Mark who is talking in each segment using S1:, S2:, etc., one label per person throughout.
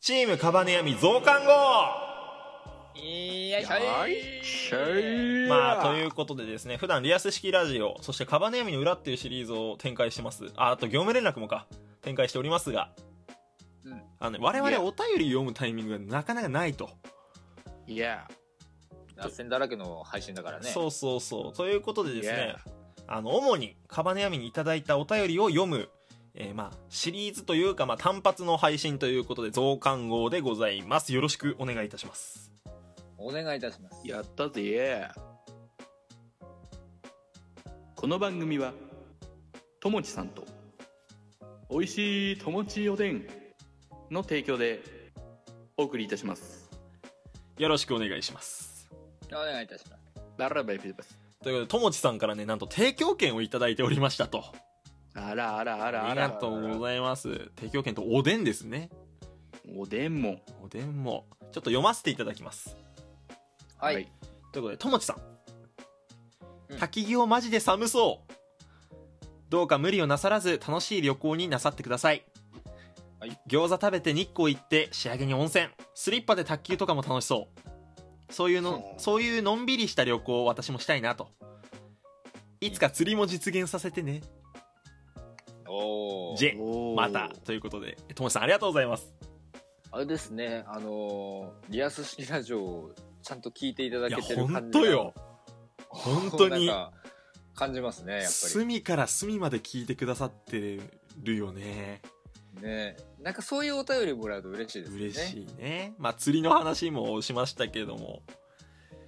S1: チームカバネヤミ増刊号
S2: よいしょ
S3: はいい、しょい。
S1: まあ、ということでですね、普段リアス式ラジオ、そしてカバネヤミの裏っていうシリーズを展開してます。あ、あと業務連絡もか、展開しておりますが、
S2: うん
S1: あのね、我々お便り読むタイミングがなかなかないと。
S3: いや、
S2: 脱線だらけの配信だからね
S1: そうそうそう。ということでですね
S3: Yeah、
S1: あの、主にカバネヤミにいただいたお便りを読む、えーまあ、シリーズというか、まあ、単発の配信ということで、増刊号でございます。よろしくお願いいたします。
S2: お願いいたします
S3: やったぜ。
S4: この番組はともちさんと美味しいともちおでんの提供でお送りいたします
S1: よろしくお願いします。
S2: お願いいたします
S4: ララバイピルバス
S1: ということで、ともちさんからね、なんと提供券をいただいておりましたと。
S4: あらあらあら
S1: あ
S4: あ
S1: り
S4: ら
S1: がとうございます。提供券とおでんですね。
S4: おでんも
S1: おでんも。ちょっと読ませていただきます。
S2: はい、
S1: ということで、ともちさ。
S2: うんん
S1: 滝行マジで寒そう。どうか無理をなさらず楽しい旅行になさってください。
S2: はい
S1: 餃子食べて日光行って仕上げに温泉。スリッパで卓球とかも楽しそう。そういうの、
S3: そう
S1: そういうのんびりした旅行を私もしたいなと。いつか釣りも実現させてね。
S2: おお
S1: ジェ、
S4: おー
S1: また。ということで、ともちさんありがとうございます。
S2: あれですねあのーリアス式ラジオをちゃんと聞いていただ
S1: いや、
S2: けてる感じが
S1: 本当よ。本当に
S2: なんか感じますねやっぱ
S1: 隅から隅まで聞いてくださってるよね
S2: りねなんかそういうお便りもらうと嬉しいですね
S1: 嬉しいねまあ釣りの話もしましたけども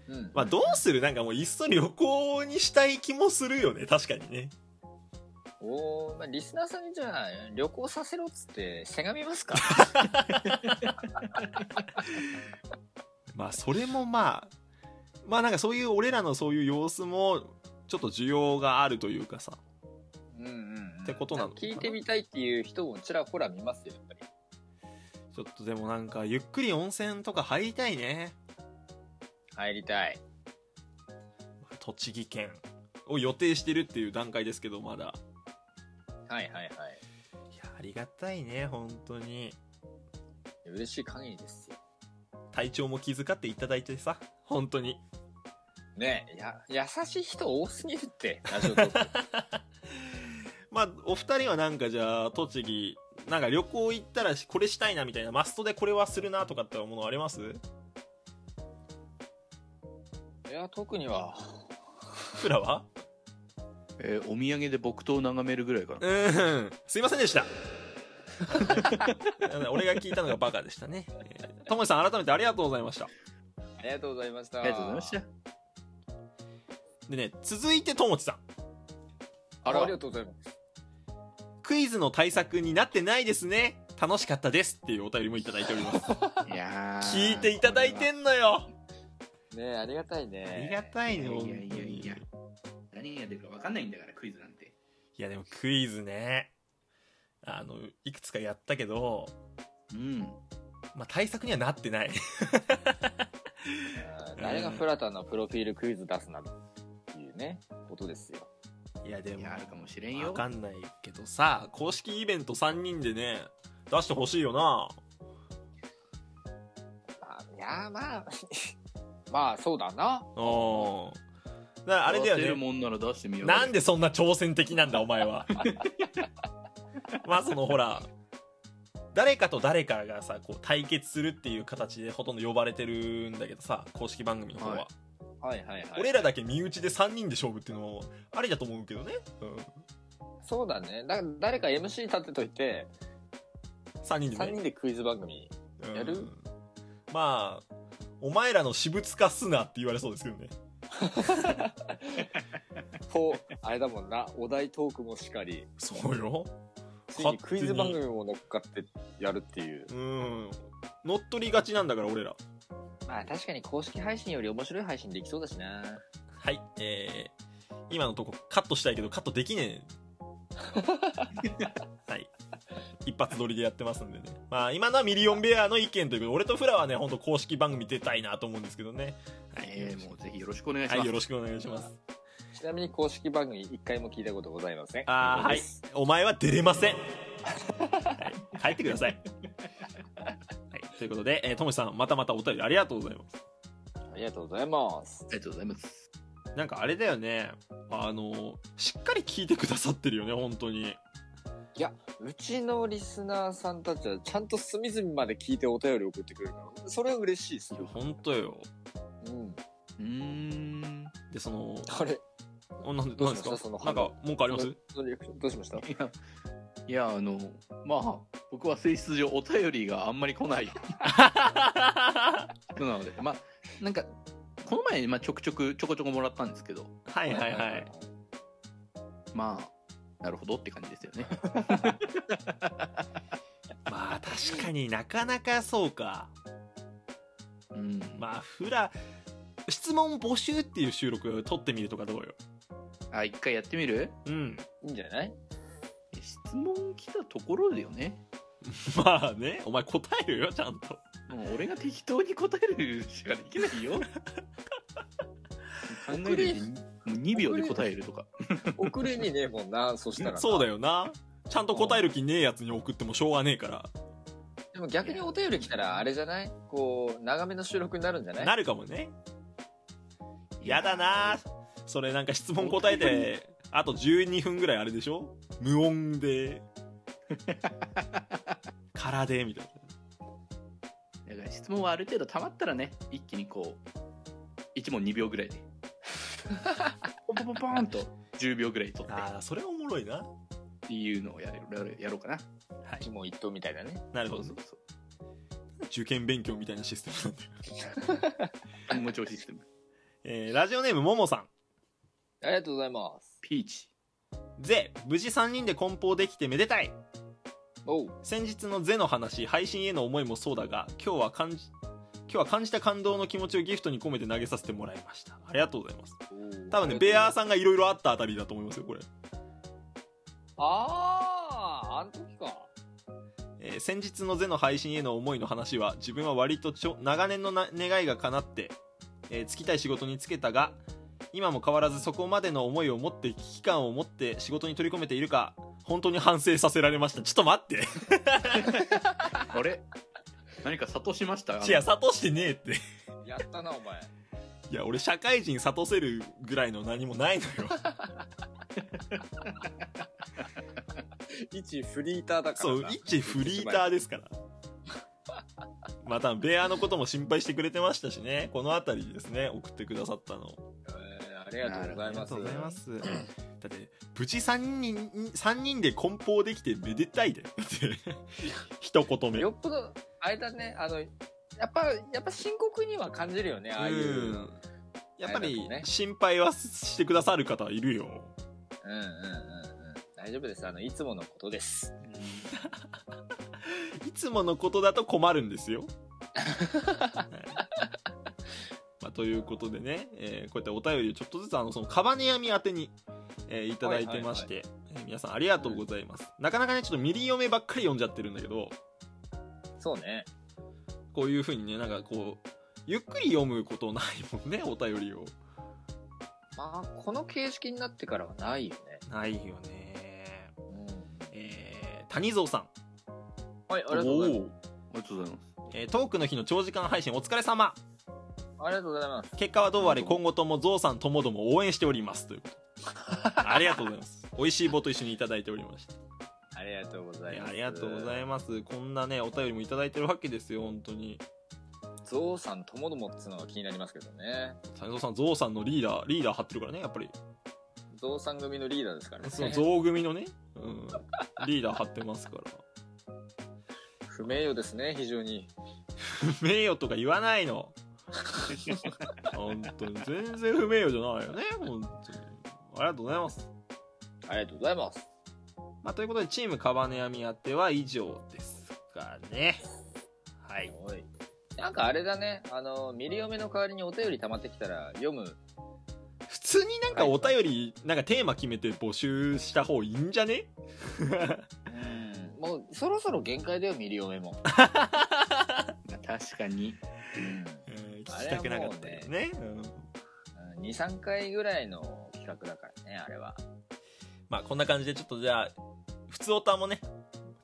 S2: うん
S1: まあどうするなんかもういっそ旅行にしたい気もするよね確かにね
S2: おーまあ、リスナーさんにじゃあ旅行させろっつってせがみま すか
S1: まあそれもまあまあなんかそういう俺らのそういう様子もちょっと需要があるというかさ
S2: うんうん、うん、
S1: ってことなのかな
S2: 聞いてみたいっていう人もちらほら見ますよやっぱり
S1: ちょっとでもなんかゆっくり温泉とか入りたいね
S2: 入りたい
S1: 栃木県を予定してるっていう段階ですけどまだ
S2: はいはいは
S1: い
S2: い
S1: やありがたいね本当に
S2: 嬉しい限りですよ
S1: 体調も気遣っていただいてさ本当に
S2: ねえや優しい人多すぎるってラジオトーク
S1: まあお二人はなんかじゃあ栃木なんか旅行行ったらこれしたいなみたいなマストでこれはするなとかってものあります
S2: いや特には
S1: フラは
S4: えーお土産で木刀を眺めるぐらいかな
S1: うんすいませんで した俺が聞いたのがバカでした ねえーともしさん改めてありがとうございました
S2: ありがとうございました
S4: ありがとうございました
S1: でね続いてともちさん
S2: あ
S4: あら
S2: ありがとうございます
S1: クイズの対策になってないですね楽しかったですっていうお便りもいただいております
S4: いやー
S1: 聞いていただいてんのよ
S2: ねえありがたい
S1: あり
S2: ね
S1: がたい
S4: い
S1: ね
S4: や
S1: 本当
S4: い
S1: に
S4: やいやいや何が出るか分かんないんだからクイズなんて
S1: いやでもクイズねあのいくつかやったけど、
S4: うん
S1: まあ、対策にはなってない
S2: あー誰がフラタンのプロフィールクイズ出すなっていうねことですよ
S1: いやで
S4: い
S1: も
S4: やあるかもしれん
S1: わ
S4: よ
S1: かんないけどさ公式イベント3人でね出してほしいよな
S2: あいやまあ まあそうだ
S1: う
S2: な
S1: んだからあれだ
S4: 出
S1: よ
S4: る
S1: ね
S4: もんなら出してみよ う
S1: なんでそんな挑戦的なんだお前は まあそのほら誰かと誰かがさこう対決するっていう形でほとんど呼ばれてるんだけどさ公式番組の方は、
S4: はい
S2: はいはいはい
S1: 俺らだけ身内で3人で勝負っていうのもありだと思うけどね、うん、
S2: そうだねだ誰か MC 立てといて
S1: 3人でね
S2: 3人でクイズ番組やる
S1: うんまあお前らの私物化すなって言われそうですけどね
S2: こうあれだもんなお題トークもしかり
S1: そうよ
S2: ついにクイズ番
S1: 勝
S2: 組も乗っかってやるっていう
S1: 手にうん乗っ取りがちなんだから俺ら
S2: まあ確かに公式配信より面白い配信できそうだしな
S1: はいえー、今のとこカットしたいけどカットできねえはい一発撮りでやってますんでねまあ今のはミリオンベアの意見ということで俺とフラはね本当公式番組出たいなと思うんですけどねはい、
S4: え ーもうぜひよろしくお願いし
S1: はい、
S4: ま
S1: よ
S4: す
S1: ろしくお願いします
S2: ちなみに公式番組一回も聞いたことございません
S1: あーはいお前は出れません、はい、帰ってください、はい、ということで、えー、ともしさん、またまたお便りありがとうございます。
S2: ありがとうございます。
S4: りがとうございます。
S1: なんかあれだよね、あの、しっかり聞いてくださってるよね、本当に。
S2: うちのリスナーさんたちはちゃんと隅々まで聞いてお便り送ってくれるから、それは嬉しいです
S1: いや、
S2: よ。
S1: 本当よ。
S2: うん。
S4: うーん。
S1: で、その、
S2: あれ
S1: おなんで
S2: ど
S1: なん
S2: う
S1: です
S2: し
S1: か
S2: ました
S1: なん
S2: その反応
S1: か文句あります
S2: どうリアクションどうしました
S4: いや、いや、あの、まあ、僕は性質上お便りがあんまり来ない
S1: は
S4: 人なので、 まあ、なんか、この前、まあ、ちょくちょくちょこちょこもらったんですけど、
S1: い はいはい。
S4: まあ、なるほどって感じですよね。
S1: まあ確かになかなかそうか。
S4: うん。
S1: まあフラ、質問募集っていう収録撮ってみるとかどうよ。
S4: あ、一回やってみる
S1: うん。
S2: いいんじゃない
S4: 質問来たところでよね。
S1: まあね、お前答えるよ、ちゃんと。
S4: もう俺が適当に答えるしかできないよ。考えるより2秒で答えるとか。
S2: 送れにねえもんな、そした ら。
S1: そうだよな。ちゃんと答える気ねえやつに送ってもしょうがねえから。
S2: でも逆にお便り来たらあれじゃないこう、長めの収録になるんじゃない
S1: なるかもね。やだなそれなんか質問答えて、あと12分ぐらいあれでしょ無音で。空で、みたいな。
S4: だから質問はある程度溜まったらね一気にこう1問2秒ぐらいでポンポンポンポンと10秒ぐらい取ってっ
S1: ああ、それおもろいな。
S4: ていうのをやろうやろうかな
S1: はい。
S2: もう一等みたいなね。
S1: なるほど
S4: そ
S1: ね
S4: う。そう
S1: 受験勉強みたいなシステムなんだよ。
S4: そう無調システム
S1: えーラジオネームももさん。
S2: ありがとうございます。
S4: ピーチ
S1: ゼ、無事3人で梱包できてめでたい。
S2: おう。
S1: 先日のゼの話、配信への思いもそうだが、今日は感じ、今日は感じた感動の気持ちをギフトに込めて投げさせてもらいました。ありがとうございます。多分ね、ベアー
S2: ん。
S1: さんがいろいろあったあたりだと思いますよ、これ。
S2: ああ、あの時か。
S1: えー先日のゼの配信への思いの話は、自分は割とちょ長年のな願いが叶って、えーつきたい仕事に就けたが、今も変わらずそこまでの思いを持って、危機感を持って仕事に取り込めているか、本当に反省させられました。ちょっと待って。
S4: あれ何か諭しました
S1: いや、諭してねえって。
S2: やったな、お前。
S1: いや、俺、社会人諭せるぐらいの何もないのよ。
S2: 一フリーターだから
S1: そ
S2: な。
S1: う、一フリーターですから。また、ベアのことも心配してくれてましたしね、このあたりですね、送ってくださったの。
S2: えーありがとうございます。
S1: す。だって、無事3人、3人で梱包できてめでたいで。 だって一言目。
S2: よっぽど、あれだね、あの、やっぱ、やっぱ深刻には感じるよね、ああいう。
S1: う
S2: うんん
S1: やっぱり
S2: あれだとね
S1: 心配はしてくださる方いるよ。
S2: うんうんうん。大丈夫です。あの、いつものことです。
S1: いつものことだと困るんです よ。はいまあ、ということでね、えーこうやってお便りをちょっとずつあのそのカバネヤミ宛てに、えーいただいてまして、えー皆さんありがとうございます。なかなかね、ちょっとミリ読めばっかり読んじゃってるんだけど、
S2: そうね。
S1: こういう風にね、なんかこう、ゆっくり読むことないもんね、 お便りを。
S2: まあ、この形式になってからはないよね。
S1: ないよね。
S2: うん。
S1: えー谷蔵さん、
S2: はい、あ
S4: お
S2: りがとうございます。
S4: ーありがとうございます
S1: えートークの日の長時間配信お疲れ様。
S2: ありがとうございます。
S1: 結果はどうあれ今後ともゾウさんともども応援しておりますということありがとうございます 美味しい棒と一緒にいただいておりました
S2: ありがとうござ
S1: い
S2: い
S1: や
S2: ます。
S1: ありがとうございますこんなねお便りもいただいてるわけですよ本当に
S2: す。ゾウさんともどもっつうのが気になりますけどね。
S1: 谷蔵さんゾウさんのリーダーリーダー張ってるからねやっ ぱり
S2: ゾウさん組のリーダーですからね。
S1: そのゾウ組のね、うん、リーダー張ってますから
S2: 不名誉ですね、非常に。
S1: 不名誉とか言わない の本当に全然不名誉じゃないよね本当にありがとうございます、
S2: ありがとうございます。
S1: まあ、ということでチームカバネアミアテは以上ですかねはい
S2: い。なんかあれだね、あの、ミリオメの代わりにお便り溜まってきたら読む。
S1: 普通になんかお便り、なんかテーマ決めて募集した方いいんじゃね
S2: うん。もうそろそろ限界だよ、ミリオメも。
S4: まあ確かに
S2: うん
S1: えー聞きたくなかったけどね。うん
S2: うん2、3回ぐらいの企画だからね、あれは。
S1: まあこんな感じでちょっとじゃあ、普通オタもね、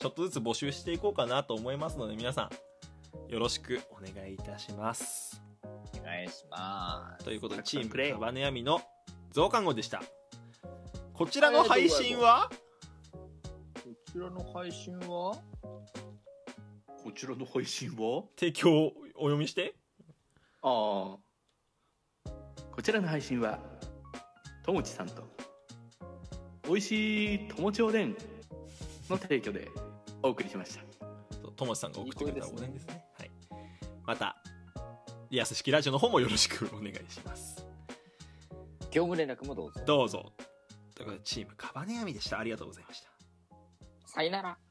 S1: ちょっとずつ募集していこうかなと思いますので、皆さん、よろしくお願いいたします
S2: お願いしま
S1: ということでチー
S4: たくさんくれ
S1: ムカバネアミの増刊号でしたこちらの配信は
S2: す。こちらの配信は
S4: こちらの配信は
S1: 提供をお読みして
S4: ああこちらの配信はともちさんと美味しいともちおでんの提供でお送りしました
S1: とともしさんが送ってくれたおでんですねはい、またリアス式ラジオの方もよろしくお願いします
S2: 業務連絡もどうぞ。
S1: どうぞということでチームカバネアミでしたありがとうございました
S2: さよなら。